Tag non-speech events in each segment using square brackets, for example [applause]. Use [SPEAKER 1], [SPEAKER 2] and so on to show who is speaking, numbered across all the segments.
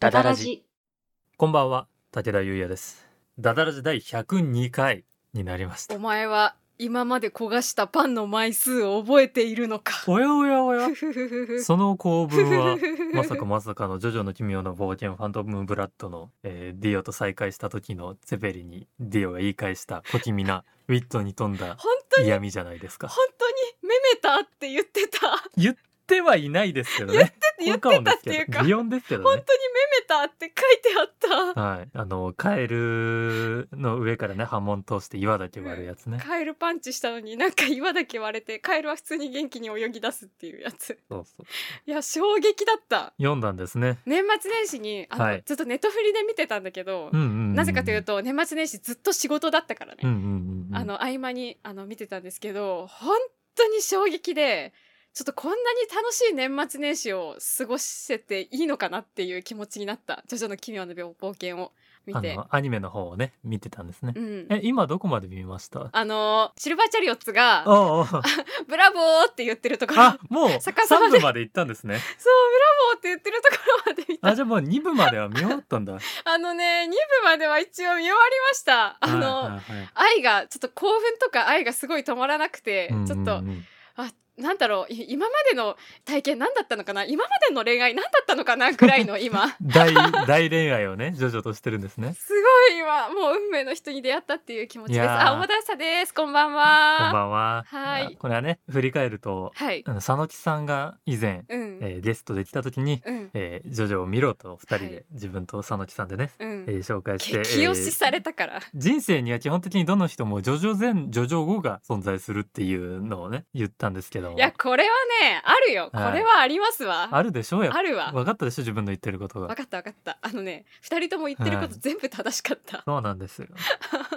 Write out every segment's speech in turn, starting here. [SPEAKER 1] ダダラジ。
[SPEAKER 2] こんばんは、武田優也です。ダダラジ第102回になりました
[SPEAKER 3] お。前は今まで焦がしたパンの枚数を覚えているのか。
[SPEAKER 2] おやおやおや
[SPEAKER 3] ふ。ふふふ
[SPEAKER 2] その構文
[SPEAKER 3] [laughs]
[SPEAKER 2] は、まさかまさかのジョジョの奇妙な冒険ファントムブラッドの、えーディオと再会した時のゼペリにディオが言い返した小気味なウィットに富んだ
[SPEAKER 3] 本当に
[SPEAKER 2] 嫌味じゃないですか
[SPEAKER 3] 本。当にめめたって言ってた。
[SPEAKER 2] 言ってはいないですけどね。
[SPEAKER 3] 言ってたっていうか
[SPEAKER 2] 擬音ですけど
[SPEAKER 3] 本当に
[SPEAKER 2] ね。
[SPEAKER 3] めめたって書いてあっ
[SPEAKER 2] はい、あのカエルの上からね波紋通して岩だけ割るやつね
[SPEAKER 3] た。カエルパンチしたのになんか岩だけ割れてカエルは普通に元気に泳ぎ出すっていうやつ。
[SPEAKER 2] そうそう
[SPEAKER 3] いや衝撃だった。
[SPEAKER 2] 読んだんですね
[SPEAKER 3] 年末年始にあの、
[SPEAKER 2] はい
[SPEAKER 3] ずっとネットフリで見てたんだけど、
[SPEAKER 2] うんうんうんうん
[SPEAKER 3] なぜかというと年末年始ずっと仕事だったからね。
[SPEAKER 2] うんうんうん、
[SPEAKER 3] あの合間にあの見てたんですけど本当に衝撃でちょっとこんなに楽しい年末年始を過ごせていいのかなっていう気持ちになった「ジョジョの奇妙な冒険」を見
[SPEAKER 2] あ
[SPEAKER 3] て。
[SPEAKER 2] のアニメの方をね見てたんですね、
[SPEAKER 3] うん
[SPEAKER 2] え今どこまで見ました
[SPEAKER 3] あのシルバーチャリオッツが
[SPEAKER 2] おうおう
[SPEAKER 3] 「ブラボー!」って言ってるところそう
[SPEAKER 2] あもう
[SPEAKER 3] 逆さま
[SPEAKER 2] 3
[SPEAKER 3] で
[SPEAKER 2] 部まで行ったんですね
[SPEAKER 3] 「ブラボー!」って言ってるところまで見た
[SPEAKER 2] あじゃあもう2部までは見終わったんだ
[SPEAKER 3] あのね2部までは一応見終わりました [laughs] あの、
[SPEAKER 2] はいはいはい
[SPEAKER 3] 愛がちょっと興奮とか愛がすごい止まらなくて、
[SPEAKER 2] うんうんうん
[SPEAKER 3] ちょっとあなんだろうい今までの体験何だったのかな今までの恋愛何だったのかなぐらいの今
[SPEAKER 2] [laughs] 大大恋愛をねジョジョとしてるんですね
[SPEAKER 3] すごい今もう運命の人に出会ったっていう気持ちで
[SPEAKER 2] い
[SPEAKER 3] す
[SPEAKER 2] やー
[SPEAKER 3] あ小田さですこんばん
[SPEAKER 2] こん
[SPEAKER 3] は
[SPEAKER 2] ばんは
[SPEAKER 3] はい
[SPEAKER 2] やこれはね振り返ると
[SPEAKER 3] はい
[SPEAKER 2] あの佐野木さんが以前、
[SPEAKER 3] うん、
[SPEAKER 2] えーゲストで来た時に、
[SPEAKER 3] うん
[SPEAKER 2] えージョジョを見ろと2人
[SPEAKER 3] は
[SPEAKER 2] で
[SPEAKER 3] い
[SPEAKER 2] 自分と佐野木さんでね、
[SPEAKER 3] うん
[SPEAKER 2] えー紹介して
[SPEAKER 3] 激推しされたから、
[SPEAKER 2] 人生には基本的にどの人も叙々前叙々後が存在するっていうのをね言ったんですけども
[SPEAKER 3] いやこれはねあるよこ
[SPEAKER 2] はい
[SPEAKER 3] れはありますわ、
[SPEAKER 2] あるでしょうやっ
[SPEAKER 3] あ
[SPEAKER 2] ぱ
[SPEAKER 3] るわ
[SPEAKER 2] 分かったでしょ自分の言ってること
[SPEAKER 3] 分
[SPEAKER 2] が
[SPEAKER 3] かった分かったあのね2人とも言ってるこ
[SPEAKER 2] は
[SPEAKER 3] と
[SPEAKER 2] い
[SPEAKER 3] 全部正しかった、
[SPEAKER 2] そうなんですよ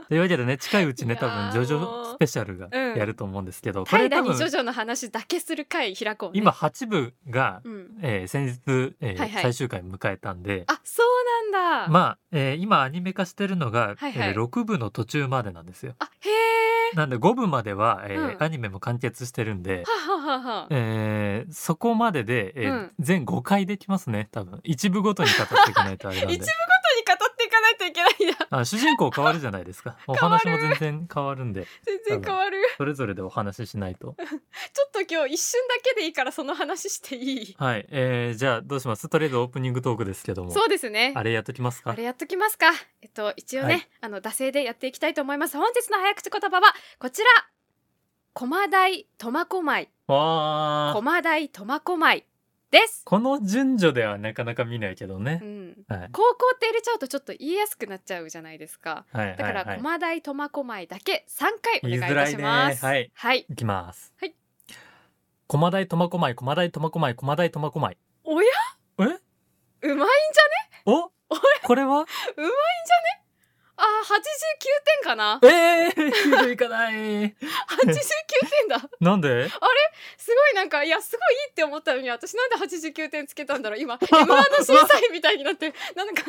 [SPEAKER 2] というわけでね近いうちね
[SPEAKER 3] [laughs] いや
[SPEAKER 2] 多
[SPEAKER 3] ー
[SPEAKER 2] 分叙々スペシャルが
[SPEAKER 3] うん
[SPEAKER 2] やると思うんですけど、これ
[SPEAKER 3] 平
[SPEAKER 2] 多
[SPEAKER 3] にジョ
[SPEAKER 2] 分
[SPEAKER 3] ジョの話だけする回開こう、ね、
[SPEAKER 2] 今8部が、
[SPEAKER 3] うん、
[SPEAKER 2] えー先日、えー
[SPEAKER 3] はいはい
[SPEAKER 2] 最終回迎えたんで
[SPEAKER 3] あそうなんだ、
[SPEAKER 2] まあ、えー今アニメ化してるのが、
[SPEAKER 3] はいはい
[SPEAKER 2] え6部の途中までなんですよ
[SPEAKER 3] あへえ
[SPEAKER 2] なんで5部までは、えー
[SPEAKER 3] うん
[SPEAKER 2] アニメも完結してるんで、
[SPEAKER 3] はあはあはあはあ
[SPEAKER 2] えーそこまでで、えー
[SPEAKER 3] うん
[SPEAKER 2] 全5回できますね多分一部ごとに語っていかないとあれなんで
[SPEAKER 3] [laughs] 一部に語っていかないといけないん [laughs] だ
[SPEAKER 2] あ主人公変わるじゃないです
[SPEAKER 3] [laughs]
[SPEAKER 2] かお話も全然変わるんで
[SPEAKER 3] 全然変わる
[SPEAKER 2] それぞれでお話ししないと
[SPEAKER 3] ちょっと今日一瞬だけでいいからその話していい
[SPEAKER 2] はい、えーじゃあどうしますとりあえずオープニングトークですけども
[SPEAKER 3] そうですね
[SPEAKER 2] あれやっときます
[SPEAKER 3] あ
[SPEAKER 2] か
[SPEAKER 3] れやっときますかえっと一応ね、
[SPEAKER 2] はい
[SPEAKER 3] あの惰性でやっていきたいと思います本日の早口言葉はこちら駒台苫小牧
[SPEAKER 2] わー
[SPEAKER 3] 駒台苫小牧です
[SPEAKER 2] この順序ではなかなか見ないけどね
[SPEAKER 3] う、ん
[SPEAKER 2] はい
[SPEAKER 3] 高校って入れちゃうとちょっと言いやすくなっちゃうじゃないですか
[SPEAKER 2] はい
[SPEAKER 3] だ
[SPEAKER 2] は
[SPEAKER 3] か
[SPEAKER 2] い
[SPEAKER 3] ら
[SPEAKER 2] はい
[SPEAKER 3] 駒台苫小牧だけ3回お願いいたし
[SPEAKER 2] 言いづらい
[SPEAKER 3] ま
[SPEAKER 2] ね
[SPEAKER 3] す
[SPEAKER 2] はい
[SPEAKER 3] はい、
[SPEAKER 2] いきます
[SPEAKER 3] はい
[SPEAKER 2] 駒台苫小牧駒台苫小牧駒台苫小牧
[SPEAKER 3] おや
[SPEAKER 2] え
[SPEAKER 3] うまいんじゃね
[SPEAKER 2] おこれは
[SPEAKER 3] あー89点かな
[SPEAKER 2] ええー、いかない
[SPEAKER 3] 89点だ
[SPEAKER 2] なんです
[SPEAKER 3] ごいなんかいやすごいいいって思ったのに私なんで89点つけたんだろう今
[SPEAKER 2] [laughs]
[SPEAKER 3] M1 の審査員みたいになってなんか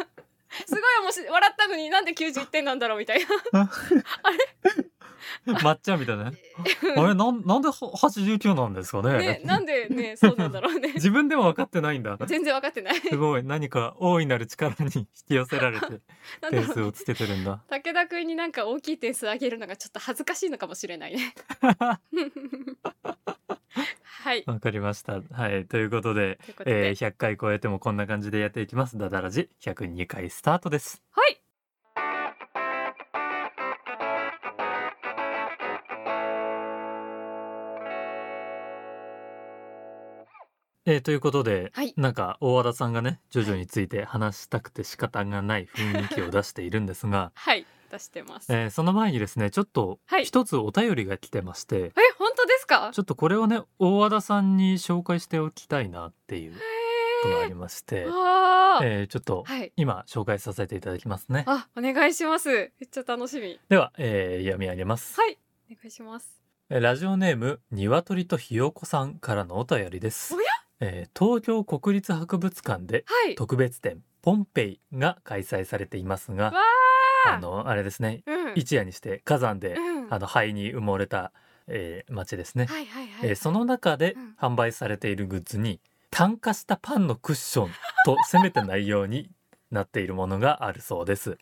[SPEAKER 3] すごい面白い笑ったのになんで91点なんだろうみたいな
[SPEAKER 2] 抹茶みたい [laughs] なね。あれなんなんでは89なんですか [laughs] ね
[SPEAKER 3] ねなんでねそうなんだろうね
[SPEAKER 2] [laughs] 自分でも分かって [laughs] ないんだ。
[SPEAKER 3] 全然分かってない
[SPEAKER 2] すごい何か大いなる力に引き寄せら [laughs] れて
[SPEAKER 3] なんだ
[SPEAKER 2] 点
[SPEAKER 3] ろ
[SPEAKER 2] 数
[SPEAKER 3] う
[SPEAKER 2] をつけてるんだ。
[SPEAKER 3] 武田君になんか大きい点数上げるのがちょっと恥ずかしいのかもしれないね
[SPEAKER 2] [laughs]
[SPEAKER 3] はい
[SPEAKER 2] わかりました。はいということで、
[SPEAKER 3] ということで、
[SPEAKER 2] えー、100回超えてもこんな感じでやっていきます。ダダラジ102回スタートです。
[SPEAKER 3] はい
[SPEAKER 2] えー、ということで、
[SPEAKER 3] はい、
[SPEAKER 2] なんか大和田さんがねジョジョについて話したくて仕方がない雰囲気を出しているんですが
[SPEAKER 3] はい出してますえ
[SPEAKER 2] えー、その前にですねちょっと
[SPEAKER 3] はい
[SPEAKER 2] 一つお便りが来てまして、
[SPEAKER 3] 本当ですか
[SPEAKER 2] ちょっとこれをね大和田さんに紹介しておきたいなっていうことがありまして、
[SPEAKER 3] あ
[SPEAKER 2] えー
[SPEAKER 3] ー、
[SPEAKER 2] ちょっと
[SPEAKER 3] はい
[SPEAKER 2] 今紹介させていただきますね。
[SPEAKER 3] あお願いしますめっちゃ楽しみ
[SPEAKER 2] では、えー読み上げます。
[SPEAKER 3] はいお願いします
[SPEAKER 2] えーラジオネームニワトリとひよこさんからのお便りです
[SPEAKER 3] おや。
[SPEAKER 2] えー東京国立博物館で
[SPEAKER 3] はい
[SPEAKER 2] 特別展ポンペイが開催されていますが
[SPEAKER 3] わ、ー
[SPEAKER 2] あのあれですね、
[SPEAKER 3] うん
[SPEAKER 2] 一夜にして火山で、
[SPEAKER 3] うん
[SPEAKER 2] あの灰に埋もれた、えー町ですね。
[SPEAKER 3] はいはいはい、
[SPEAKER 2] えーその中で
[SPEAKER 3] うん
[SPEAKER 2] 販売されているグッズに炭化したパンのクッションとせめてないようになっているものがあるそうです。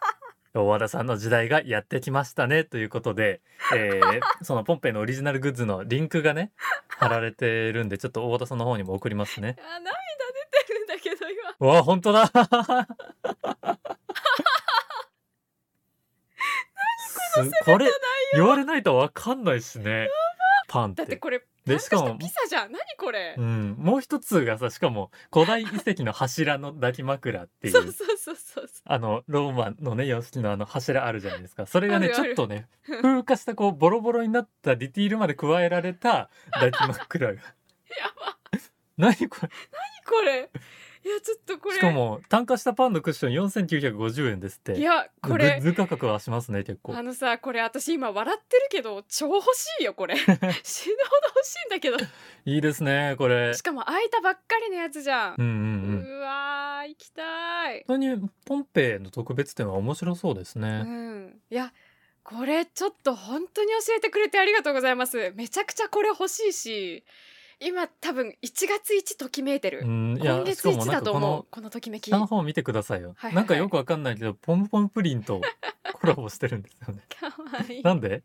[SPEAKER 3] [laughs]
[SPEAKER 2] 大和田さんの時代がやってきましたねということで、えーそのポンペイのオリジナルグッズのリンクがね貼られてるんでちょっと大和田さんの方にも送りますね。
[SPEAKER 3] あ涙出てるんだけど今
[SPEAKER 2] わあ本当
[SPEAKER 3] [laughs]
[SPEAKER 2] だすこれ言われないとわかんないしねパンっ
[SPEAKER 3] だ
[SPEAKER 2] て
[SPEAKER 3] ってこれ
[SPEAKER 2] で
[SPEAKER 3] で
[SPEAKER 2] し
[SPEAKER 3] し
[SPEAKER 2] か
[SPEAKER 3] か
[SPEAKER 2] も
[SPEAKER 3] もピザじゃん何これ、
[SPEAKER 2] うん、もう一つがさしかも古代遺跡の柱の抱き枕っていう
[SPEAKER 3] そうそうそうそう
[SPEAKER 2] あのローマのね様式のあの柱あるじゃないですかそれがね
[SPEAKER 3] ある
[SPEAKER 2] ち
[SPEAKER 3] あ
[SPEAKER 2] ょっ
[SPEAKER 3] る
[SPEAKER 2] とね風化したこうボロボロになったディティールまで加えられた抱き
[SPEAKER 3] [laughs]
[SPEAKER 2] 枕が何これ
[SPEAKER 3] 何これいやちょっとこれ
[SPEAKER 2] しかも単価したパンのクッション4950円ですって
[SPEAKER 3] いやこれ
[SPEAKER 2] グッズ価格はしますね結構
[SPEAKER 3] あのさこれ私今笑ってるけど超欲しいよ
[SPEAKER 2] [laughs]
[SPEAKER 3] これ死ぬほど欲しいんだけど
[SPEAKER 2] いいですねこれ
[SPEAKER 3] しかも開いたばっかりのやつじゃん、
[SPEAKER 2] うんうん
[SPEAKER 3] う
[SPEAKER 2] うん
[SPEAKER 3] わー行きたい
[SPEAKER 2] 本当にポンペイの特別展は面白そうです
[SPEAKER 3] う
[SPEAKER 2] ね、
[SPEAKER 3] んいやこれちょっと本当に教えてくれてありがとうございますめちゃくちゃこれ欲しいし今多分1月1ときめいてる、
[SPEAKER 2] うん、い
[SPEAKER 3] 今
[SPEAKER 2] やし
[SPEAKER 3] 月
[SPEAKER 2] かも
[SPEAKER 3] 1
[SPEAKER 2] な
[SPEAKER 3] だ
[SPEAKER 2] んか
[SPEAKER 3] と
[SPEAKER 2] こ
[SPEAKER 3] 思う
[SPEAKER 2] の
[SPEAKER 3] このときめき
[SPEAKER 2] 下の方見てくださいよ、
[SPEAKER 3] はいはいはい
[SPEAKER 2] なんかよくわかんないけどポンポンプリ
[SPEAKER 3] [laughs]
[SPEAKER 2] ンとコラボしてるんですよね
[SPEAKER 3] かわいい
[SPEAKER 2] なんで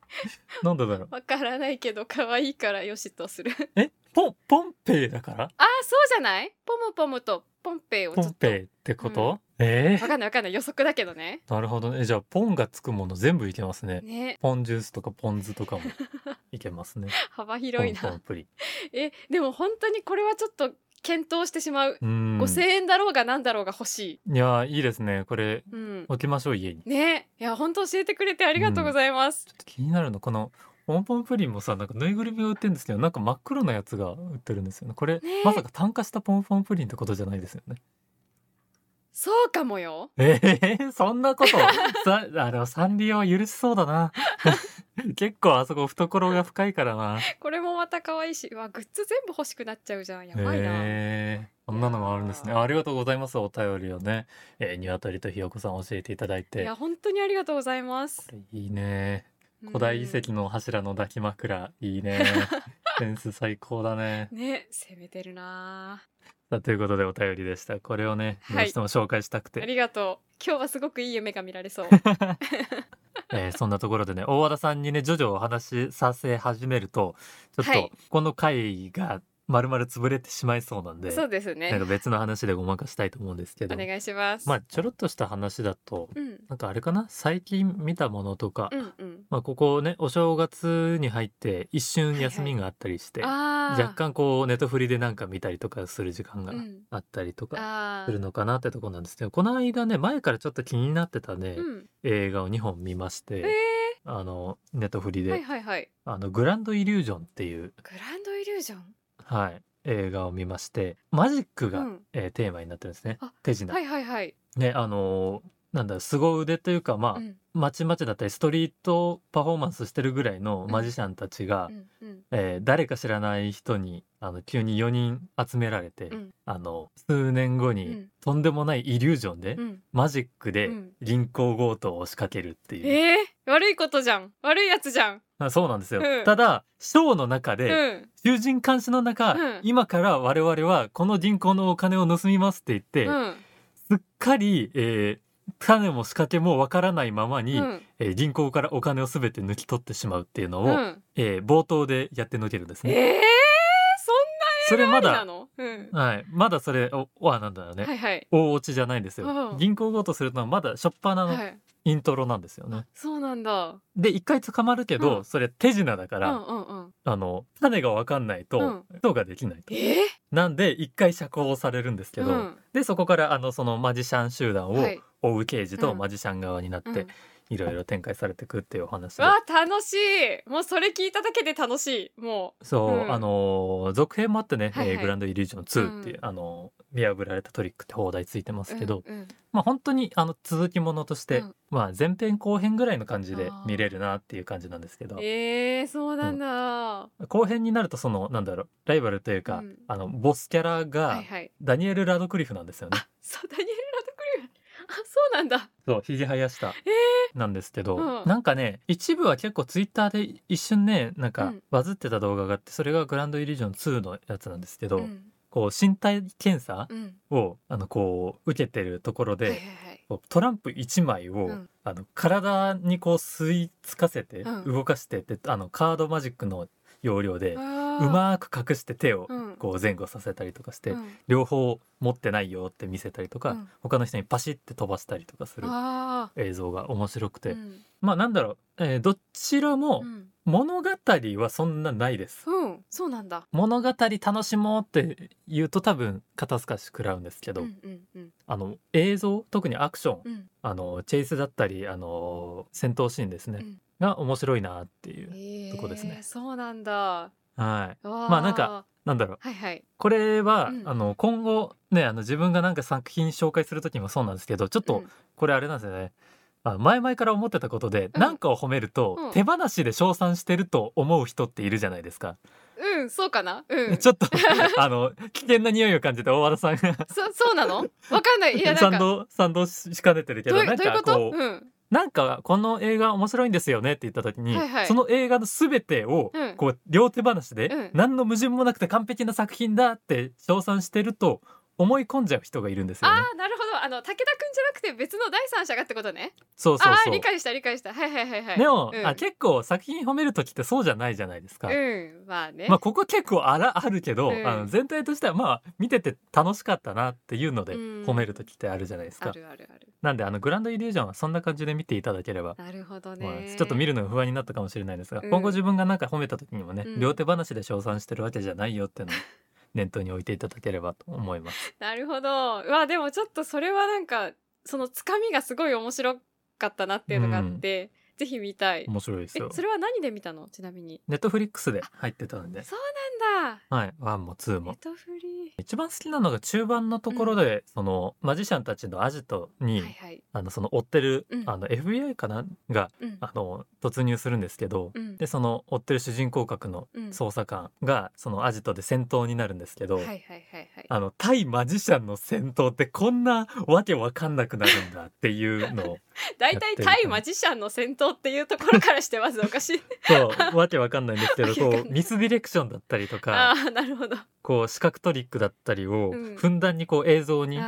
[SPEAKER 2] なんでだろう
[SPEAKER 3] わからないけど可愛いからよしとする [laughs]
[SPEAKER 2] えポンポンペイだから
[SPEAKER 3] あーそうじゃないポムポムとポンペイをち
[SPEAKER 2] ポ
[SPEAKER 3] ょ
[SPEAKER 2] ン
[SPEAKER 3] っと
[SPEAKER 2] ペイってこと、え
[SPEAKER 3] わかんないわかんない予測だけどね
[SPEAKER 2] ー、なるほどねじゃあポンがつくもの全部いけますね
[SPEAKER 3] ね
[SPEAKER 2] ポンジュースとかポン酢と
[SPEAKER 3] [laughs]
[SPEAKER 2] かもいけますね
[SPEAKER 3] 幅広い
[SPEAKER 2] ポンポ
[SPEAKER 3] な
[SPEAKER 2] ンプリン
[SPEAKER 3] えでも本当にこれはちょっと検討してしまう、
[SPEAKER 2] うん
[SPEAKER 3] 5000円だろうがなんだろうが欲し
[SPEAKER 2] いやーいいですねこれ
[SPEAKER 3] いうん
[SPEAKER 2] 置きましょう家に
[SPEAKER 3] ねいや本当教えてくれてありがとうございます、
[SPEAKER 2] ちょっと気になるのこのポンポンプリンもさなんかぬいぐるみを売ってるんですけどなんか真っ黒なやつが売ってるんですよねこれ、
[SPEAKER 3] ねえ
[SPEAKER 2] まさか炭化したポンポンプリンってことじゃないですよね
[SPEAKER 3] そうかもよ
[SPEAKER 2] えー、そんなことさあのサンリオは許しそうだな [laughs] 結構あそこ懐が深いからな
[SPEAKER 3] これもまた可愛いしうわグッズ全部欲しくなっちゃうじゃんやばいな、
[SPEAKER 2] えーこんなのもあるんですね。ありがとうございます。お便りをね、えー、鶏とひよこさん教えていただい
[SPEAKER 3] い
[SPEAKER 2] て
[SPEAKER 3] や。本当にありがとうございます
[SPEAKER 2] いいね。古代遺跡の柱の抱き枕、いい
[SPEAKER 3] [laughs]
[SPEAKER 2] ね。センス最高だね
[SPEAKER 3] う。んね攻めてるな
[SPEAKER 2] さあということでお便りでした。これをね、ど
[SPEAKER 3] は
[SPEAKER 2] う
[SPEAKER 3] い
[SPEAKER 2] しても紹介したくて。
[SPEAKER 3] ありがとう今日はすごくいい夢が見られそう
[SPEAKER 2] えーそんなところでね、大和田さんにね、徐々お話しさせ始めると、ちょっ
[SPEAKER 3] は
[SPEAKER 2] と
[SPEAKER 3] い
[SPEAKER 2] この回が丸々潰れてしまいそうなんで、
[SPEAKER 3] そうですね
[SPEAKER 2] なんか別の話でごまかしたいと思うんですけど
[SPEAKER 3] お、願いします、
[SPEAKER 2] まあちょろっとした話だと、
[SPEAKER 3] うん
[SPEAKER 2] なんかあれかな最近見たものとか、
[SPEAKER 3] うんうん
[SPEAKER 2] まあここねお正月に入って一瞬休みがあったりして、
[SPEAKER 3] あー
[SPEAKER 2] 若干こうネットフリでなんか見たりとかする時間が
[SPEAKER 3] うん
[SPEAKER 2] あったりとか
[SPEAKER 3] あ
[SPEAKER 2] するのかなってとこなんですけど、この間ね前からちょっと気になってたね、
[SPEAKER 3] ーうん
[SPEAKER 2] 映画を2本見まして、
[SPEAKER 3] えー
[SPEAKER 2] あのネットフリで、
[SPEAKER 3] はいはいはい
[SPEAKER 2] あのグランドイリュージョンっていう
[SPEAKER 3] グランドイリュージョン
[SPEAKER 2] はい映画を見ましてマジックが、
[SPEAKER 3] うん
[SPEAKER 2] えーテーマになってるんですね
[SPEAKER 3] あ
[SPEAKER 2] 手品、
[SPEAKER 3] はいはいはい
[SPEAKER 2] ねあのーなんだ凄腕というかまあ、
[SPEAKER 3] うん
[SPEAKER 2] まちまちだったりストリートパフォーマンスしてるぐらいのマジシャンたちが、
[SPEAKER 3] うんうん
[SPEAKER 2] えー誰か知らない人にあの急に4人集められて、
[SPEAKER 3] うん
[SPEAKER 2] あの数年後に、
[SPEAKER 3] うん
[SPEAKER 2] とんでもないイリュージョンで、
[SPEAKER 3] うん
[SPEAKER 2] マジックで
[SPEAKER 3] うん
[SPEAKER 2] 銀行強盗を仕掛けるっていう、
[SPEAKER 3] えー、悪いことじゃん悪いやつじゃん
[SPEAKER 2] あそうなんですよ、
[SPEAKER 3] うん
[SPEAKER 2] ただショーの中
[SPEAKER 3] う
[SPEAKER 2] で、
[SPEAKER 3] ん
[SPEAKER 2] 囚人監視の中、
[SPEAKER 3] うん
[SPEAKER 2] 今から我々はこの銀行のお金を盗みますって言って、
[SPEAKER 3] うん
[SPEAKER 2] すっかり、えー種も仕掛けもわからないままに、
[SPEAKER 3] うん
[SPEAKER 2] えー銀行からお金をすべて抜き取ってしまうっていうのを、
[SPEAKER 3] うん
[SPEAKER 2] えー冒頭でやってのけるんです
[SPEAKER 3] えー
[SPEAKER 2] ね。それま
[SPEAKER 3] そんなな
[SPEAKER 2] だ、
[SPEAKER 3] のうん
[SPEAKER 2] はい、まだそれおはなんだろうね、
[SPEAKER 3] はいはい
[SPEAKER 2] 大落ちじゃないんですよ。
[SPEAKER 3] うん
[SPEAKER 2] 銀行強盗するのはまだ初っ端
[SPEAKER 3] は
[SPEAKER 2] の
[SPEAKER 3] い
[SPEAKER 2] イントロなんですよね。
[SPEAKER 3] そうなんだ
[SPEAKER 2] で一回捕まるけど、
[SPEAKER 3] うん
[SPEAKER 2] それ手品だか
[SPEAKER 3] う
[SPEAKER 2] ら、
[SPEAKER 3] んうんうん
[SPEAKER 2] あの種がわかんないと人ができないと。
[SPEAKER 3] えー
[SPEAKER 2] なんで一回釈放されるんですけど、
[SPEAKER 3] うん
[SPEAKER 2] でそこからあのそのマジシャン集団を
[SPEAKER 3] はい
[SPEAKER 2] 追う刑事と
[SPEAKER 3] うん
[SPEAKER 2] マジシャン側になっ
[SPEAKER 3] う
[SPEAKER 2] て
[SPEAKER 3] ん
[SPEAKER 2] いろいろ展開されてくっていうお話で、
[SPEAKER 3] わあ楽しいもうそれ聞いただけで楽しいも
[SPEAKER 2] そう、
[SPEAKER 3] うん
[SPEAKER 2] あのー続編もあってね「
[SPEAKER 3] はいはい
[SPEAKER 2] えーグランドイリュージョン2」っていう、
[SPEAKER 3] う
[SPEAKER 2] あのー見破られたトリックって放題ついてま
[SPEAKER 3] う
[SPEAKER 2] すけど、
[SPEAKER 3] うんうん
[SPEAKER 2] まあ本当にあの続きものとして、
[SPEAKER 3] うん
[SPEAKER 2] まあ、前編後編ぐらいの感じで
[SPEAKER 3] あー
[SPEAKER 2] 見れるなっていう感じなんですけど
[SPEAKER 3] えー、そうなんだ、
[SPEAKER 2] 後編になるとそのなんだろうライバルというか、
[SPEAKER 3] うん
[SPEAKER 2] あのボスキャラ
[SPEAKER 3] は
[SPEAKER 2] が
[SPEAKER 3] いはい
[SPEAKER 2] ダニエル・ラドクリフなんですよね。
[SPEAKER 3] そうダニエル・ラドクリフあそうなんだ
[SPEAKER 2] そうひげ生やしたなんですけど、
[SPEAKER 3] うん
[SPEAKER 2] なんかね一部は結構ツイッターで一瞬ねなん
[SPEAKER 3] う
[SPEAKER 2] か
[SPEAKER 3] ん
[SPEAKER 2] バズってた動画があってそれが「グランドイリュージョン2」のやつなんですけど、
[SPEAKER 3] うん
[SPEAKER 2] こう身体検査
[SPEAKER 3] うん。
[SPEAKER 2] をあのこう受けてるところ
[SPEAKER 3] はい
[SPEAKER 2] で、
[SPEAKER 3] はいはい。
[SPEAKER 2] こうトランプ1枚を、
[SPEAKER 3] うん
[SPEAKER 2] あの体にこう吸い付かせて、
[SPEAKER 3] うん
[SPEAKER 2] 動かしてってあのカードマジックの要領で、
[SPEAKER 3] あ
[SPEAKER 2] う
[SPEAKER 3] ー
[SPEAKER 2] まく隠して手を
[SPEAKER 3] うん
[SPEAKER 2] こう前後させたりとかして、
[SPEAKER 3] うん
[SPEAKER 2] 両方持ってないよって見せたりとか、
[SPEAKER 3] うん
[SPEAKER 2] 他の人にパシッて飛ばしたりとかする
[SPEAKER 3] あ
[SPEAKER 2] 映像が面白く
[SPEAKER 3] ー
[SPEAKER 2] て、
[SPEAKER 3] うん
[SPEAKER 2] まあなんだろう、えーどちらも
[SPEAKER 3] うん
[SPEAKER 2] 物語はそんなないです。
[SPEAKER 3] うん、そうなんだ。
[SPEAKER 2] 物語楽しもうって言うと多分肩透かし食らうんですけ
[SPEAKER 3] う
[SPEAKER 2] ど、
[SPEAKER 3] んうんうん
[SPEAKER 2] あの映像特にアクション、
[SPEAKER 3] うん。
[SPEAKER 2] あのチェイスだったりあの戦闘シーンですね、
[SPEAKER 3] うん
[SPEAKER 2] が面白いなっていう
[SPEAKER 3] え
[SPEAKER 2] とこですね
[SPEAKER 3] え、そうなんだ。
[SPEAKER 2] はい
[SPEAKER 3] ま
[SPEAKER 2] あなんか。なんだろう
[SPEAKER 3] はいはい。
[SPEAKER 2] これは、
[SPEAKER 3] うん
[SPEAKER 2] あの今後ねあの自分がなんか作品紹介する時もそうなんですけどちょっ
[SPEAKER 3] う
[SPEAKER 2] と
[SPEAKER 3] ん
[SPEAKER 2] これあれなんですよね、あ前々から思ってたことで
[SPEAKER 3] うん
[SPEAKER 2] 何、なん、かを褒めると、
[SPEAKER 3] うん
[SPEAKER 2] 手放しで称賛してると思う人っているじゃないですか、
[SPEAKER 3] うん、そうかな。う
[SPEAKER 2] [laughs]
[SPEAKER 3] ん。
[SPEAKER 2] ちょっとあの危険な匂いを感じて大和田さんが
[SPEAKER 3] そ、そうなの。わかんない。いや、なん
[SPEAKER 2] 賛
[SPEAKER 3] か。
[SPEAKER 2] 同賛同ししかねてるけ
[SPEAKER 3] ど
[SPEAKER 2] ど
[SPEAKER 3] うい
[SPEAKER 2] な
[SPEAKER 3] う、
[SPEAKER 2] ん
[SPEAKER 3] どういう
[SPEAKER 2] か
[SPEAKER 3] こ。
[SPEAKER 2] ことう、
[SPEAKER 3] うん。
[SPEAKER 2] なんかこの映画面白いんですよねって言った時に、
[SPEAKER 3] はいはい
[SPEAKER 2] その映画の全てを
[SPEAKER 3] うん
[SPEAKER 2] こう両手放し
[SPEAKER 3] う
[SPEAKER 2] で
[SPEAKER 3] ん
[SPEAKER 2] 何の矛盾もなくて完璧な作品だって称賛してると思い込んじゃう人がいるんですよね
[SPEAKER 3] あ。あ、なるほど。あの、武田くんじゃなくて、別の第三者がってことね。
[SPEAKER 2] そうそう
[SPEAKER 3] ああ
[SPEAKER 2] そ
[SPEAKER 3] ー、
[SPEAKER 2] う
[SPEAKER 3] 理。解した、理解した。はいはいはいはい。
[SPEAKER 2] でも、
[SPEAKER 3] うん
[SPEAKER 2] あ結構作品褒める時ってそうじゃないじゃないですか。
[SPEAKER 3] うん、まあね。
[SPEAKER 2] まあここ結構あらあるけど、
[SPEAKER 3] うん
[SPEAKER 2] あの全体としてはまあ見てて楽しかったなっていうので
[SPEAKER 3] うん
[SPEAKER 2] 褒める時ってあるじゃないですか。
[SPEAKER 3] あるあるある。
[SPEAKER 2] なんであのグランドイリュージョンはそんな感じで見ていただければ
[SPEAKER 3] なるほど
[SPEAKER 2] まあ
[SPEAKER 3] ね。
[SPEAKER 2] ちょっと見るのが不安になったかもしれないですが、
[SPEAKER 3] うん
[SPEAKER 2] 今後自分がなんか褒めた時にもね、
[SPEAKER 3] うん
[SPEAKER 2] 両手話で称賛してるわけじゃないよっていうのを念頭に置いていただければと思います。
[SPEAKER 3] なるほど。うわ、でもちょっとそれはなんか、そのつかみがすごい面白かったなっていうのがあって、ぜひ見たい。
[SPEAKER 2] 面白いです
[SPEAKER 3] え
[SPEAKER 2] よ、。
[SPEAKER 3] それは何で見たのちなみに。
[SPEAKER 2] ネットフリックスで入ってたんで、
[SPEAKER 3] そうなんだ。
[SPEAKER 2] はい、ワンもツー
[SPEAKER 3] ネ
[SPEAKER 2] も。
[SPEAKER 3] トフリ
[SPEAKER 2] 一番好きなのが中盤のところで、そのマジシャンたちのアジトに、
[SPEAKER 3] ー。はいはい。
[SPEAKER 2] あのその追ってる、
[SPEAKER 3] うん
[SPEAKER 2] あの FBI かなが
[SPEAKER 3] うん。
[SPEAKER 2] あの突入するんですけど、
[SPEAKER 3] うん。
[SPEAKER 2] でその追ってる主人公格の
[SPEAKER 3] うん
[SPEAKER 2] 捜査官がそのアジトで戦闘になるんですけど、
[SPEAKER 3] はいはいはいはい。
[SPEAKER 2] あの対マジシャンの戦闘ってこんなわけわかんなくなるんだっていうの
[SPEAKER 3] [laughs]
[SPEAKER 2] を
[SPEAKER 3] 大体対マジシャンの戦闘っていうところからし
[SPEAKER 2] [laughs]
[SPEAKER 3] てます。おかしい。
[SPEAKER 2] そうわけわかんないんですけど
[SPEAKER 3] わけわかん
[SPEAKER 2] こ
[SPEAKER 3] な
[SPEAKER 2] う
[SPEAKER 3] い
[SPEAKER 2] ミスディレクションだったりと
[SPEAKER 3] あ
[SPEAKER 2] か
[SPEAKER 3] あ、なるほど。
[SPEAKER 2] こう視覚トリックだったりを
[SPEAKER 3] うん
[SPEAKER 2] ふんだんにこう映像に
[SPEAKER 3] 取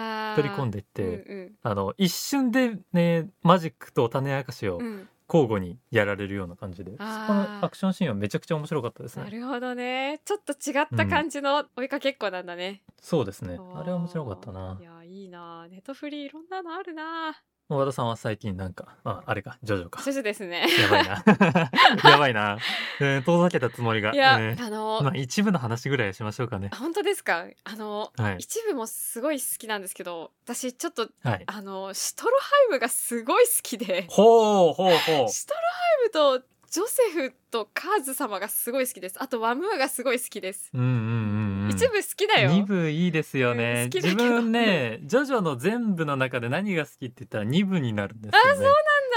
[SPEAKER 2] 取り込んでいって、
[SPEAKER 3] うん
[SPEAKER 2] あの一瞬で、ね、マジックと種明かしを
[SPEAKER 3] うん。うん。
[SPEAKER 2] 交互にやられるような感じで、そこ
[SPEAKER 3] あー
[SPEAKER 2] のアクションシーンはめちゃくちゃ面白かったです
[SPEAKER 3] な
[SPEAKER 2] ね。
[SPEAKER 3] るほどね。ちょっと違った感じの追いかけっこなんだね。
[SPEAKER 2] そうですね
[SPEAKER 3] おー。
[SPEAKER 2] あれは面白かったない
[SPEAKER 3] や、いいな。ネトフリいろんなのあるな。
[SPEAKER 2] 和田さんは最近なんかああれかジョジョか
[SPEAKER 3] そ。う
[SPEAKER 2] [laughs]
[SPEAKER 3] ですね。
[SPEAKER 2] やばいな。やばいな。 [laughs] えー遠ざけたつもりが。
[SPEAKER 3] いや、
[SPEAKER 2] えー
[SPEAKER 3] あの、
[SPEAKER 2] まあ一部の話ぐらいはしましょうかね。
[SPEAKER 3] 本当ですかあの、
[SPEAKER 2] はい。
[SPEAKER 3] 一部もすごい好きなんですけど、私ちょっと、
[SPEAKER 2] はい。
[SPEAKER 3] あの、シュトロハイムがすごい好きで、
[SPEAKER 2] ほうほうほう。
[SPEAKER 3] シュトロハイムとジョセフとカーズ様がすごい好きです。あと、ワムーがすごい好きです。
[SPEAKER 2] うんうんうんうん。
[SPEAKER 3] 一部好きだよ。
[SPEAKER 2] 二部いいですよね。
[SPEAKER 3] うん好きだ
[SPEAKER 2] 自
[SPEAKER 3] けど
[SPEAKER 2] 分ね、ジョジョの全部の中で何が好きって言ったら二部になるんですよね。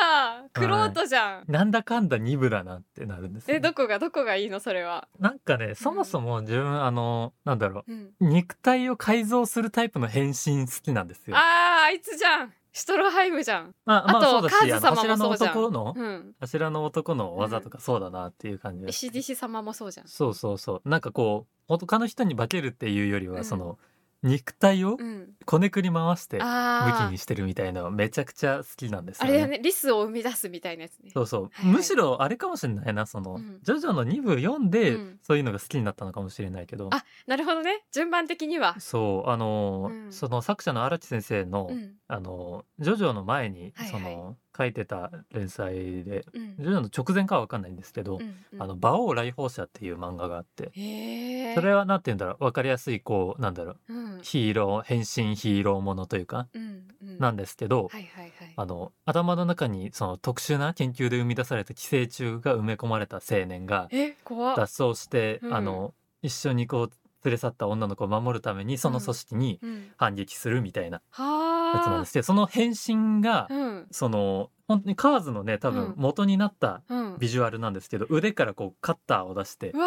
[SPEAKER 3] なんだ、クロートじゃん。
[SPEAKER 2] なんだかんだ二部だなってなるんですよ
[SPEAKER 3] え、
[SPEAKER 2] ね、
[SPEAKER 3] どこが、どこがいいのそれは。
[SPEAKER 2] なんかね、そもそも自分あのなんだろう。
[SPEAKER 3] うん。
[SPEAKER 2] 肉体を改造するタイプの変身好きなんですよ。
[SPEAKER 3] あー、あいつじゃん。シュトロハイムじゃん。
[SPEAKER 2] まあまあ
[SPEAKER 3] あと
[SPEAKER 2] そうだし、あの
[SPEAKER 3] カーズ
[SPEAKER 2] 柱
[SPEAKER 3] 様
[SPEAKER 2] の
[SPEAKER 3] もそうじゃん
[SPEAKER 2] 男の
[SPEAKER 3] うん。
[SPEAKER 2] 柱の男の技とかそうだなっていう感じです、
[SPEAKER 3] 石 c 様もそうじゃん。
[SPEAKER 2] そうそうそうなんかこう他の人に化けるっていうより
[SPEAKER 3] う
[SPEAKER 2] は
[SPEAKER 3] ん
[SPEAKER 2] その、肉体を
[SPEAKER 3] うん。
[SPEAKER 2] こねくり回して武器
[SPEAKER 3] あ
[SPEAKER 2] に
[SPEAKER 3] ー。
[SPEAKER 2] してるみたいなのめちゃくちゃ好きなんです
[SPEAKER 3] あ
[SPEAKER 2] よ
[SPEAKER 3] れ
[SPEAKER 2] ね。
[SPEAKER 3] だね、リスを生み出すみたいなやつね。
[SPEAKER 2] そうそう、
[SPEAKER 3] はいはい
[SPEAKER 2] むしろあれかもしれないなその、
[SPEAKER 3] うん
[SPEAKER 2] ジョジョの2部読んで、
[SPEAKER 3] うん
[SPEAKER 2] そういうのが好きになったのかもしれないけど
[SPEAKER 3] あ、なるほどね。順番的には。
[SPEAKER 2] そうあのー、
[SPEAKER 3] うん
[SPEAKER 2] その作者の荒木先生の、
[SPEAKER 3] うん。
[SPEAKER 2] あのージョジョの前に、
[SPEAKER 3] はいはい
[SPEAKER 2] その書いてた連載で
[SPEAKER 3] うん
[SPEAKER 2] ジョジョの直前かは分かんないんですけど、
[SPEAKER 3] うんうん
[SPEAKER 2] あの馬王来訪者っていう漫画があって、
[SPEAKER 3] へえ。
[SPEAKER 2] それはなんて言うんだろう分かりやすいこうなんだろう
[SPEAKER 3] うん。
[SPEAKER 2] ヒーロー変身ヒーローものというか
[SPEAKER 3] うん。うん。
[SPEAKER 2] なんですけど、
[SPEAKER 3] はいはいはい。
[SPEAKER 2] あの頭の中にその特殊な研究で生み出された寄生虫が埋め込まれた青年が
[SPEAKER 3] え、怖っ。
[SPEAKER 2] 脱走して、
[SPEAKER 3] うん
[SPEAKER 2] あの一緒にこう連れ去った女の子を守るためにその組織に
[SPEAKER 3] うん。
[SPEAKER 2] 反撃するみたいなやつなん
[SPEAKER 3] は
[SPEAKER 2] ですけど、その変身が、
[SPEAKER 3] あ。うん。
[SPEAKER 2] その本当にカーズのね多
[SPEAKER 3] うん
[SPEAKER 2] 分元になった
[SPEAKER 3] うん。
[SPEAKER 2] ビジュアルなんですけど、腕からこうカッターを出して
[SPEAKER 3] うわ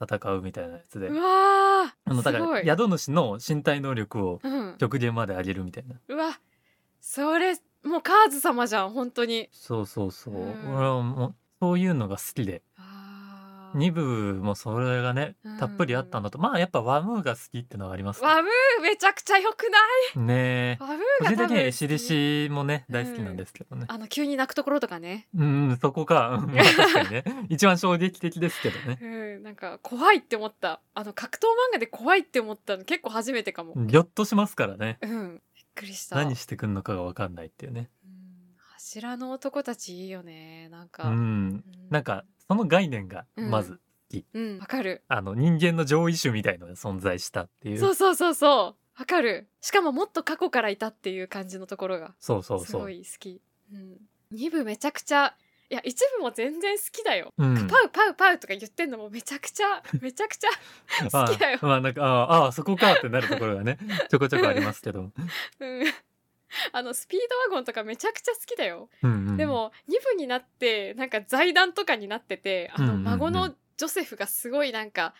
[SPEAKER 2] 戦うみたいなやつで
[SPEAKER 3] ー。うわ
[SPEAKER 2] あ
[SPEAKER 3] ー。
[SPEAKER 2] のだか
[SPEAKER 3] すご
[SPEAKER 2] ら
[SPEAKER 3] い。
[SPEAKER 2] 宿主の身体能力を
[SPEAKER 3] うん。
[SPEAKER 2] 極限まで上げるみたいな。
[SPEAKER 3] うわ。それ、もうカーズ様じゃん、本当に。
[SPEAKER 2] そうそうそう。
[SPEAKER 3] うん
[SPEAKER 2] 俺はもうそういうのが好きで、
[SPEAKER 3] あ
[SPEAKER 2] 2部もそれがね
[SPEAKER 3] うん
[SPEAKER 2] たっぷりあったのと、まあやっぱワムーが好きってのはあります
[SPEAKER 3] ワムーめちゃくちゃ良くない
[SPEAKER 2] ねえ
[SPEAKER 3] ワムー
[SPEAKER 2] 個
[SPEAKER 3] が
[SPEAKER 2] 人
[SPEAKER 3] 多
[SPEAKER 2] 的には
[SPEAKER 3] 分
[SPEAKER 2] エシリシもね
[SPEAKER 3] うん
[SPEAKER 2] 大好きなんですけどね、
[SPEAKER 3] あの急に泣くところとかね、
[SPEAKER 2] うん、そこか、うんまあ、確かに
[SPEAKER 3] [laughs]
[SPEAKER 2] ね一番衝撃的ですけどね
[SPEAKER 3] うん、なんか怖いって思ったあの格闘漫画で怖いって思ったの結構初めてかも、
[SPEAKER 2] ぎょっとしますからね
[SPEAKER 3] うん、びっくりした
[SPEAKER 2] 何してくんのかが分かんないっていうね
[SPEAKER 3] うん柱の男たちいいよねなんか、
[SPEAKER 2] うんなんかその概念がまず、
[SPEAKER 3] うんわかる
[SPEAKER 2] あの人間の上位種みたいのが存在したっていう
[SPEAKER 3] そうそうそうそうわかるしかももっと過去からいたっていう感じのところが
[SPEAKER 2] そうそう
[SPEAKER 3] す
[SPEAKER 2] そう
[SPEAKER 3] ごい好き、うん、2部めちゃくちゃいや1部も全然好きだよ、
[SPEAKER 2] うん
[SPEAKER 3] パウパウパウとか言ってんのもめちゃくちゃめちゃくちゃ [laughs] 好きだよ
[SPEAKER 2] まあ、まあなんかああああそこかってなるところが
[SPEAKER 3] [laughs]
[SPEAKER 2] ねちょこちょこありますけど、
[SPEAKER 3] うんあのスピードワゴンとかめちゃくちゃ好きだよ、
[SPEAKER 2] うんうん、
[SPEAKER 3] でも2部になってなんか財団とかになっててあ
[SPEAKER 2] うん
[SPEAKER 3] の
[SPEAKER 2] うんうん
[SPEAKER 3] 孫のジョセフがすごいなんか、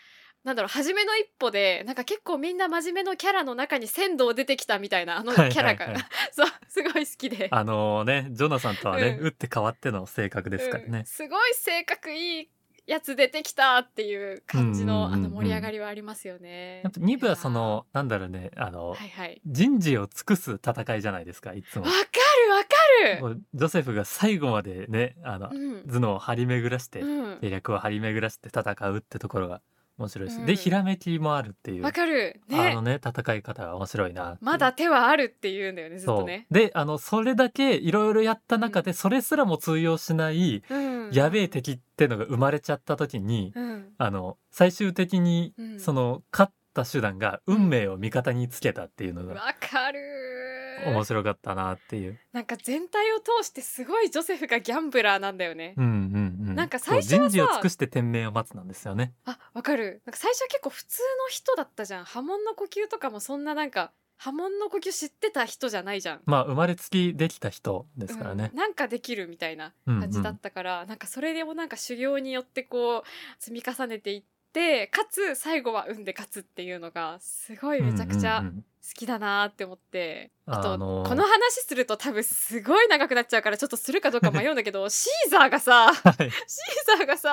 [SPEAKER 3] なんだろう初めの一歩でなんか結構みんな真面目のキャラの中に仙道出てきたみたいなあのキャラが、
[SPEAKER 2] はいはいはい
[SPEAKER 3] [laughs] そうすごい好きで
[SPEAKER 2] あのねジョナサンとはね、
[SPEAKER 3] うん
[SPEAKER 2] 打って変わっての性格ですから
[SPEAKER 3] うん
[SPEAKER 2] ね、
[SPEAKER 3] すごい性格いいやつ出てきたっていう感じ
[SPEAKER 2] うんうん
[SPEAKER 3] の,、
[SPEAKER 2] うんうん
[SPEAKER 3] あの盛り上がりはありますよね。
[SPEAKER 2] やっぱ2部はそのなんだろうねあの、
[SPEAKER 3] はいはい
[SPEAKER 2] 人事を尽くす戦いじゃないですかいつも
[SPEAKER 3] わかるわか
[SPEAKER 2] もうジョセフが最後までねあの、
[SPEAKER 3] る、うん
[SPEAKER 2] 頭脳を張り巡らして、
[SPEAKER 3] うん
[SPEAKER 2] 計略を張り巡らして戦うってところが面白いし、
[SPEAKER 3] うん
[SPEAKER 2] でひらめきもあるっていう、
[SPEAKER 3] わかる
[SPEAKER 2] あ
[SPEAKER 3] ね
[SPEAKER 2] のね戦い方が面白いなっていう
[SPEAKER 3] まだ手はあるっていうんだよねずっ
[SPEAKER 2] そ
[SPEAKER 3] と
[SPEAKER 2] う
[SPEAKER 3] ね。
[SPEAKER 2] であのそれだけいろいろやった中
[SPEAKER 3] う
[SPEAKER 2] でそれすらも通用しない、
[SPEAKER 3] うん、
[SPEAKER 2] やべえ敵ってのが生まれちゃった時に、
[SPEAKER 3] うん
[SPEAKER 2] あの最終的に
[SPEAKER 3] うん
[SPEAKER 2] その勝った手段が運命を味方につけたっていうのが
[SPEAKER 3] わかる
[SPEAKER 2] 面白かったなっていう。
[SPEAKER 3] なんか全体を通してすごいジョセフがギャンブラーなんだよね。
[SPEAKER 2] うんうんうん、
[SPEAKER 3] なんか最初はさ
[SPEAKER 2] そう人事を尽くして天命を待つなんですよね。
[SPEAKER 3] あわかるなんか最初は結構普通の人だったじゃん波紋の呼吸とかもそんななんか波紋の呼吸知ってた人じゃないじゃん。
[SPEAKER 2] まあ生まれつきできた人ですからね
[SPEAKER 3] うん。なんかできるみたいな
[SPEAKER 2] うんうん
[SPEAKER 3] 感じだったから、なんかそれでもなんか修行によってこう積み重ねていってかつ最後は運で勝つっていうのがすごいめちゃくちゃ
[SPEAKER 2] うん
[SPEAKER 3] 好
[SPEAKER 2] うんうん
[SPEAKER 3] きだなーって思って、あと、
[SPEAKER 2] あのー
[SPEAKER 3] この話すると多分すごい長くなっちゃうからちょっとするかどうか迷うんだ
[SPEAKER 2] [laughs]
[SPEAKER 3] けどシーザーがさシ
[SPEAKER 2] はい
[SPEAKER 3] ーザーがさ、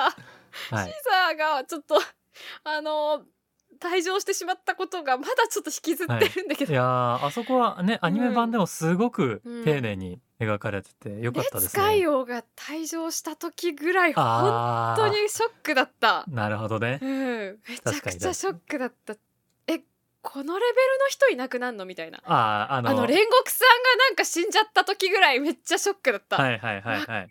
[SPEAKER 2] は
[SPEAKER 3] シ
[SPEAKER 2] い
[SPEAKER 3] ーザーがちょっとあのー退場してしまったことがまだちょっと引きずってるんだけ
[SPEAKER 2] い
[SPEAKER 3] ど、
[SPEAKER 2] やーあそこはねアニメ版でもすごく
[SPEAKER 3] うん
[SPEAKER 2] 丁寧に描かれててよかったですね。
[SPEAKER 3] レッツ海王が退場した時ぐらい本
[SPEAKER 2] あー
[SPEAKER 3] 当にショックだった。
[SPEAKER 2] なるほどね
[SPEAKER 3] う。ん、めちゃくちゃショックだった。え、このレベルの人いなくなんのみたいな。
[SPEAKER 2] あああ
[SPEAKER 3] あ
[SPEAKER 2] の
[SPEAKER 3] の煉獄さんがなんか死んじゃった時ぐらいめっちゃショックだった。
[SPEAKER 2] はいはいはいはい。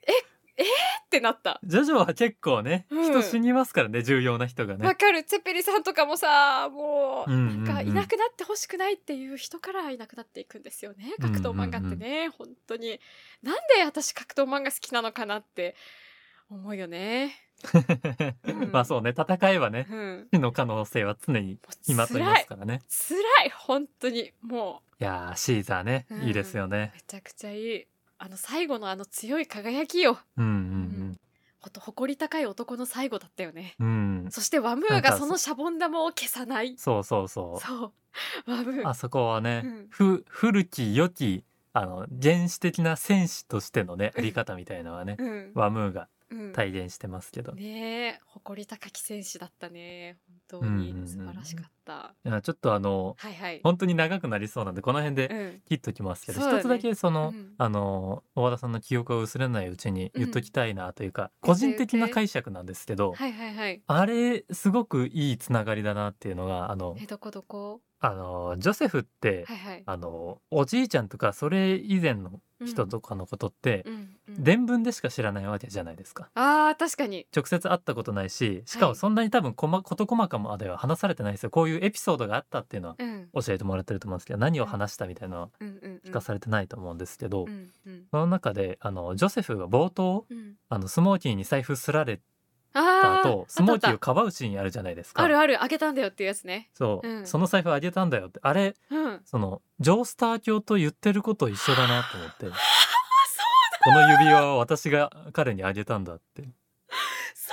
[SPEAKER 3] ってなった。
[SPEAKER 2] ジョジョは結構ね、
[SPEAKER 3] うん
[SPEAKER 2] 人死にますからね重要な人が
[SPEAKER 3] わ
[SPEAKER 2] ね。
[SPEAKER 3] かるチェペリさんとかもさもう
[SPEAKER 2] うん
[SPEAKER 3] なん
[SPEAKER 2] うん
[SPEAKER 3] か
[SPEAKER 2] う
[SPEAKER 3] い
[SPEAKER 2] ん [laughs]
[SPEAKER 3] なくなってほしくないっていう人からいなくなっていくんですよね
[SPEAKER 2] うんうんう
[SPEAKER 3] 格
[SPEAKER 2] ん
[SPEAKER 3] 闘漫画ってね、本当になんで私格闘漫画好きなのかなって思うよね、うん
[SPEAKER 2] まあそうね戦えばね
[SPEAKER 3] うん、
[SPEAKER 2] 死の可能性は常に
[SPEAKER 3] も
[SPEAKER 2] 今
[SPEAKER 3] う
[SPEAKER 2] と言いま
[SPEAKER 3] 辛
[SPEAKER 2] す
[SPEAKER 3] い
[SPEAKER 2] からね。
[SPEAKER 3] 辛い本当にもう
[SPEAKER 2] いやーシーザーね、
[SPEAKER 3] うん
[SPEAKER 2] いいですよね。
[SPEAKER 3] めちゃくちゃいいあの最後のあの強い輝きよ
[SPEAKER 2] うん
[SPEAKER 3] ほんと誇り高い男の最後だったよね
[SPEAKER 2] うんうん。うん。
[SPEAKER 3] そしてワムーがそのシャボン玉を消さない
[SPEAKER 2] そうそうそう。
[SPEAKER 3] そうワム [laughs] ー
[SPEAKER 2] あそこはね、
[SPEAKER 3] うん
[SPEAKER 2] ふ古き良きあの原始的な戦士としてのねあり方みたいのはね、
[SPEAKER 3] うん、
[SPEAKER 2] ワムーが
[SPEAKER 3] うん
[SPEAKER 2] 体現してますけど、
[SPEAKER 3] ねえ誇り高き選手だったね本当に
[SPEAKER 2] うんうんうん
[SPEAKER 3] 素晴らしかった、
[SPEAKER 2] いやちょっとあの
[SPEAKER 3] はいはい、
[SPEAKER 2] 本当に長くなりそうなんでこの辺で
[SPEAKER 3] うん、
[SPEAKER 2] 切っときますけど、
[SPEAKER 3] そうだね
[SPEAKER 2] 一つだけその、
[SPEAKER 3] うん
[SPEAKER 2] あの大和田さんの記憶が薄れないうちに言っときたいなというか、個人的な解釈なんですけど、
[SPEAKER 3] はいはいはい
[SPEAKER 2] あれすごくいいつながりだなっていうのがあの
[SPEAKER 3] えどこどこ
[SPEAKER 2] あのジョセフって、
[SPEAKER 3] はいはい
[SPEAKER 2] あのおじいちゃんとかそれ以前の人とかのことって、
[SPEAKER 3] うんうん、
[SPEAKER 2] 伝聞でしか知らないわけじゃないですか。
[SPEAKER 3] あー確かに
[SPEAKER 2] 直接会ったことないししか
[SPEAKER 3] は
[SPEAKER 2] も
[SPEAKER 3] い
[SPEAKER 2] そんなに多分こま事細かまでは話されてないですよこういうエピソードがあったっていうのは
[SPEAKER 3] うん
[SPEAKER 2] 教えてもらってると思うんですけど何を話したみたいなのは
[SPEAKER 3] うんうんうん
[SPEAKER 2] 聞かされてないと思うんですけど、
[SPEAKER 3] うんうん
[SPEAKER 2] その中であのジョセフが冒頭
[SPEAKER 3] うん
[SPEAKER 2] あのスモーキーに財布すられ
[SPEAKER 3] あ
[SPEAKER 2] た
[SPEAKER 3] ー
[SPEAKER 2] 後
[SPEAKER 3] あ
[SPEAKER 2] スモーキ
[SPEAKER 3] あ
[SPEAKER 2] ー
[SPEAKER 3] っ
[SPEAKER 2] をかばうシーンあるじゃないですか。
[SPEAKER 3] たあるあるあげたんだよっていうやつね
[SPEAKER 2] そう、
[SPEAKER 3] うん
[SPEAKER 2] その財布あげたんだよってあれ
[SPEAKER 3] うん
[SPEAKER 2] そのジョースター教と言ってること一緒だなと思
[SPEAKER 3] [laughs]
[SPEAKER 2] ってこの指輪を私が彼にあげたんだって
[SPEAKER 3] そ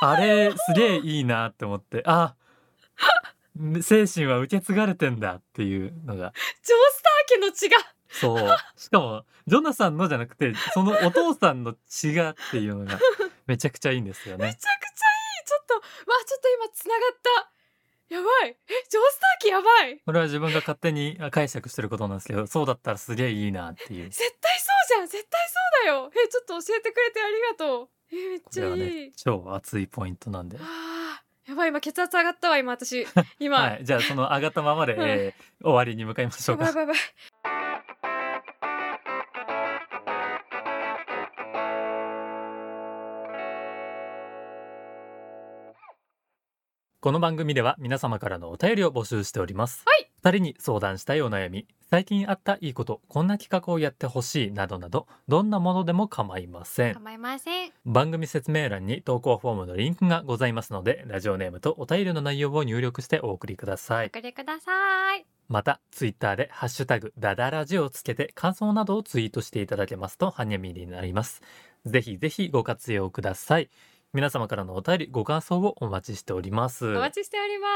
[SPEAKER 2] あれすげえいいなって思ってあ精神は受け継がれてんだっていうのが
[SPEAKER 3] ジョースター家の血が
[SPEAKER 2] そうしかもジョナサンのじゃなくてそのお父さんの血がっていうのがめちゃくちゃいいんですよ
[SPEAKER 3] めちゃくちゃいい
[SPEAKER 2] ね。
[SPEAKER 3] ちょっとわあちょっと今つながったやばいえジョースターキーやばい
[SPEAKER 2] これは自分が勝手にあ解釈してることなんですけど、そうだったらすげえいいなっていう。
[SPEAKER 3] 絶対そうじゃん絶対そうだよえちょっと教えてくれてありがとうえめっ
[SPEAKER 2] こ
[SPEAKER 3] ち
[SPEAKER 2] れ
[SPEAKER 3] ゃ
[SPEAKER 2] はいね
[SPEAKER 3] い、、
[SPEAKER 2] 超熱いポイントなんで。
[SPEAKER 3] あーやばい今血圧上がったわ
[SPEAKER 2] [laughs]
[SPEAKER 3] 今私今、
[SPEAKER 2] はい、じゃあその上がったままで、
[SPEAKER 3] うん
[SPEAKER 2] えー終わりに向かいましょ
[SPEAKER 3] や
[SPEAKER 2] う
[SPEAKER 3] ばい
[SPEAKER 2] か
[SPEAKER 3] や。ばいやばい
[SPEAKER 2] この番組では皆様からのお便りを募集しております。
[SPEAKER 3] はい。
[SPEAKER 2] 二人に相談したいお悩み、最近あったいいこと、こんな企画をやってほしいなどなど、どんなものでも構いません。
[SPEAKER 3] 構いません
[SPEAKER 2] 番組説明欄に投稿フォームのリンクがございますのでラジオネームとお便りの内容を入力してお送りください
[SPEAKER 3] 送りください
[SPEAKER 2] またツイッターでハッシュタグダダラジをつけて感想などをツイートしていただけますとハニャミになりますぜひぜひご活用ください皆様からのお便りご感想をお待ちしております
[SPEAKER 3] お待ちしておりま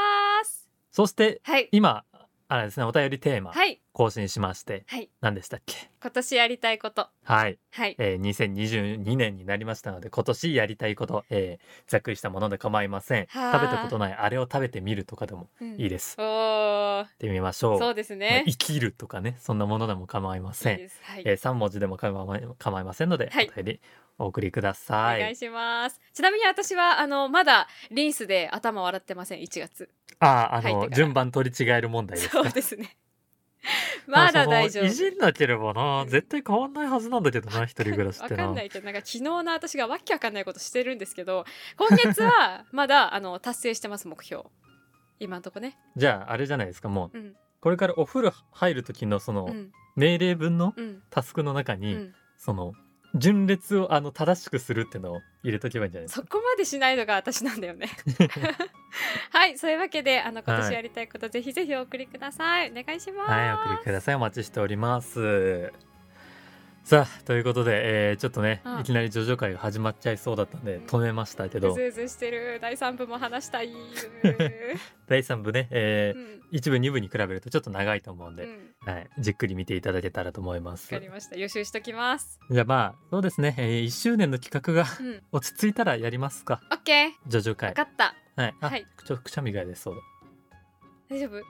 [SPEAKER 3] す
[SPEAKER 2] そして
[SPEAKER 3] はい
[SPEAKER 2] 今あれですねお便りテーマ
[SPEAKER 3] はい
[SPEAKER 2] 更新しまして、
[SPEAKER 3] はい
[SPEAKER 2] 何でしたっけ
[SPEAKER 3] 今年やりたいこと
[SPEAKER 2] はい
[SPEAKER 3] はい
[SPEAKER 2] えー、2022年になりましたので今年やりたいこと、えーざっくりしたもので構いません
[SPEAKER 3] はあ
[SPEAKER 2] 食べたことないあれを食べてみるとかでもいい
[SPEAKER 3] で
[SPEAKER 2] です、
[SPEAKER 3] おー
[SPEAKER 2] やってみましょう
[SPEAKER 3] そうです
[SPEAKER 2] まあ
[SPEAKER 3] ね
[SPEAKER 2] 生きるとかねそんなものでも構いません
[SPEAKER 3] いいですはい、
[SPEAKER 2] えー、3文字でも構わ構いませんので、
[SPEAKER 3] はい
[SPEAKER 2] お便りお送りくだ
[SPEAKER 3] お
[SPEAKER 2] さい
[SPEAKER 3] 願いしますちなみに私はあのまだリンスで頭笑ってません1月
[SPEAKER 2] あああ
[SPEAKER 3] 入っ
[SPEAKER 2] の
[SPEAKER 3] てから
[SPEAKER 2] 順番取り違える問題です
[SPEAKER 3] そう
[SPEAKER 2] か
[SPEAKER 3] ですね [laughs] まだ大
[SPEAKER 2] あそ
[SPEAKER 3] 丈
[SPEAKER 2] のい
[SPEAKER 3] 夫
[SPEAKER 2] じんなければな
[SPEAKER 3] うん
[SPEAKER 2] 絶対変わんないはずなんだけど
[SPEAKER 3] [laughs]
[SPEAKER 2] な一人暮らしっ
[SPEAKER 3] わ
[SPEAKER 2] て
[SPEAKER 3] か
[SPEAKER 2] なん
[SPEAKER 3] ないけどなんか昨日の私がわけわかんないことしてるんですけど今月 [laughs] はまだあの達成してます目標今んとこね
[SPEAKER 2] じゃああれじゃないですかもう、
[SPEAKER 3] うん
[SPEAKER 2] これからお風呂入る時のその、
[SPEAKER 3] うん
[SPEAKER 2] 命令文の
[SPEAKER 3] うん
[SPEAKER 2] タスクの中
[SPEAKER 3] う
[SPEAKER 2] に、
[SPEAKER 3] ん
[SPEAKER 2] その順列をあの正しくするってのを入れとけばいいんじゃないですか。
[SPEAKER 3] そこまでしないのが私なんだ [laughs] よねはいそういうわけであの今年やりたいこと、ぜひぜひお送りくださいお願いします
[SPEAKER 2] はい、お送りください。お待ちしております。さあ、ということで、えーちょっとね、
[SPEAKER 3] うん
[SPEAKER 2] いきなり上場会が始まっちゃいそうだったんで、止めましたけ
[SPEAKER 3] う
[SPEAKER 2] ど
[SPEAKER 3] ず、うずしてる第3部も話したい、 [laughs]
[SPEAKER 2] 第3部ね、え
[SPEAKER 3] う
[SPEAKER 2] ー
[SPEAKER 3] ん
[SPEAKER 2] 一部、二部に比べるとちょっと長いと思うん
[SPEAKER 3] う
[SPEAKER 2] で、
[SPEAKER 3] ん、
[SPEAKER 2] はい、じっくり見ていただけたらと思いま
[SPEAKER 3] わ
[SPEAKER 2] す。
[SPEAKER 3] かりました予習しときます
[SPEAKER 2] じゃあまあ、そうですね、え1周年の企画が
[SPEAKER 3] うん
[SPEAKER 2] 落ち着いたらやりますか、
[SPEAKER 3] オッケー
[SPEAKER 2] 上場会
[SPEAKER 3] 分。かった
[SPEAKER 2] はい、あ、
[SPEAKER 3] はい
[SPEAKER 2] ちょっとくしゃみが出そう
[SPEAKER 3] 大丈夫え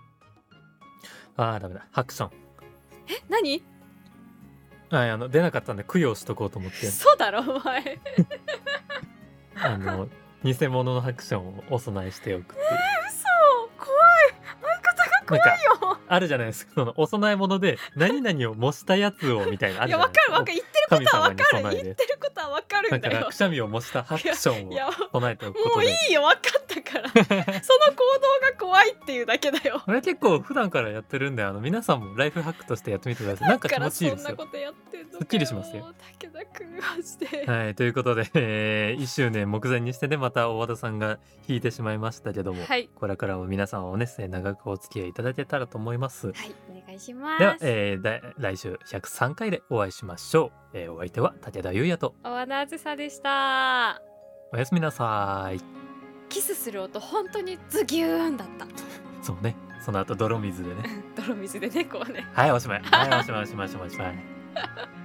[SPEAKER 2] だ。あー、ダメだ。ハクション。
[SPEAKER 3] 何
[SPEAKER 2] はい、あの、出なかったんで、供養しとこうと思って。
[SPEAKER 3] そうだろお前
[SPEAKER 2] あの偽物のハクションをお供えしておくっていう、
[SPEAKER 3] 嘘怖い
[SPEAKER 2] なんか
[SPEAKER 3] 相方よ
[SPEAKER 2] あるじゃないですかそのお供え物で何々を模したやつをみたいなあ
[SPEAKER 3] い
[SPEAKER 2] るじゃ
[SPEAKER 3] や
[SPEAKER 2] な
[SPEAKER 3] わ
[SPEAKER 2] い
[SPEAKER 3] か
[SPEAKER 2] です
[SPEAKER 3] るわかる言ってることはわかる
[SPEAKER 2] だ
[SPEAKER 3] 言ってることはわかるんだ
[SPEAKER 2] から
[SPEAKER 3] よ
[SPEAKER 2] くしゃみを模したハクションを
[SPEAKER 3] いやも
[SPEAKER 2] 唱えておくこと
[SPEAKER 3] う
[SPEAKER 2] で
[SPEAKER 3] いいよわかったか
[SPEAKER 2] [laughs]
[SPEAKER 3] らその行動が怖いっていうだけだよ
[SPEAKER 2] これ結構普段からやってるんであの皆さんもライフハックとしてやってみてくださいなんか気持ちいいです
[SPEAKER 3] だからそんな
[SPEAKER 2] よ
[SPEAKER 3] ことやってんのかよ
[SPEAKER 2] すっきりしますよ
[SPEAKER 3] 武田君マジで、
[SPEAKER 2] はいということで、え1周年目前にしてねまた大和田さんが引いてしまいましたけども、
[SPEAKER 3] はい
[SPEAKER 2] これからも皆さんおね長くお付き合いいただけたらと思います
[SPEAKER 3] はいお願いします
[SPEAKER 2] では、えーだ来週103回でお会いしましょう、えーお相手は武田優也と
[SPEAKER 3] おわなあずさでした
[SPEAKER 2] おやすみなさい
[SPEAKER 3] キスする音本当にズギューンだった
[SPEAKER 2] そうねその後泥水でね
[SPEAKER 3] 泥水でねこうね
[SPEAKER 2] はいおしまいはいおしまいおしまいおしまいおしまい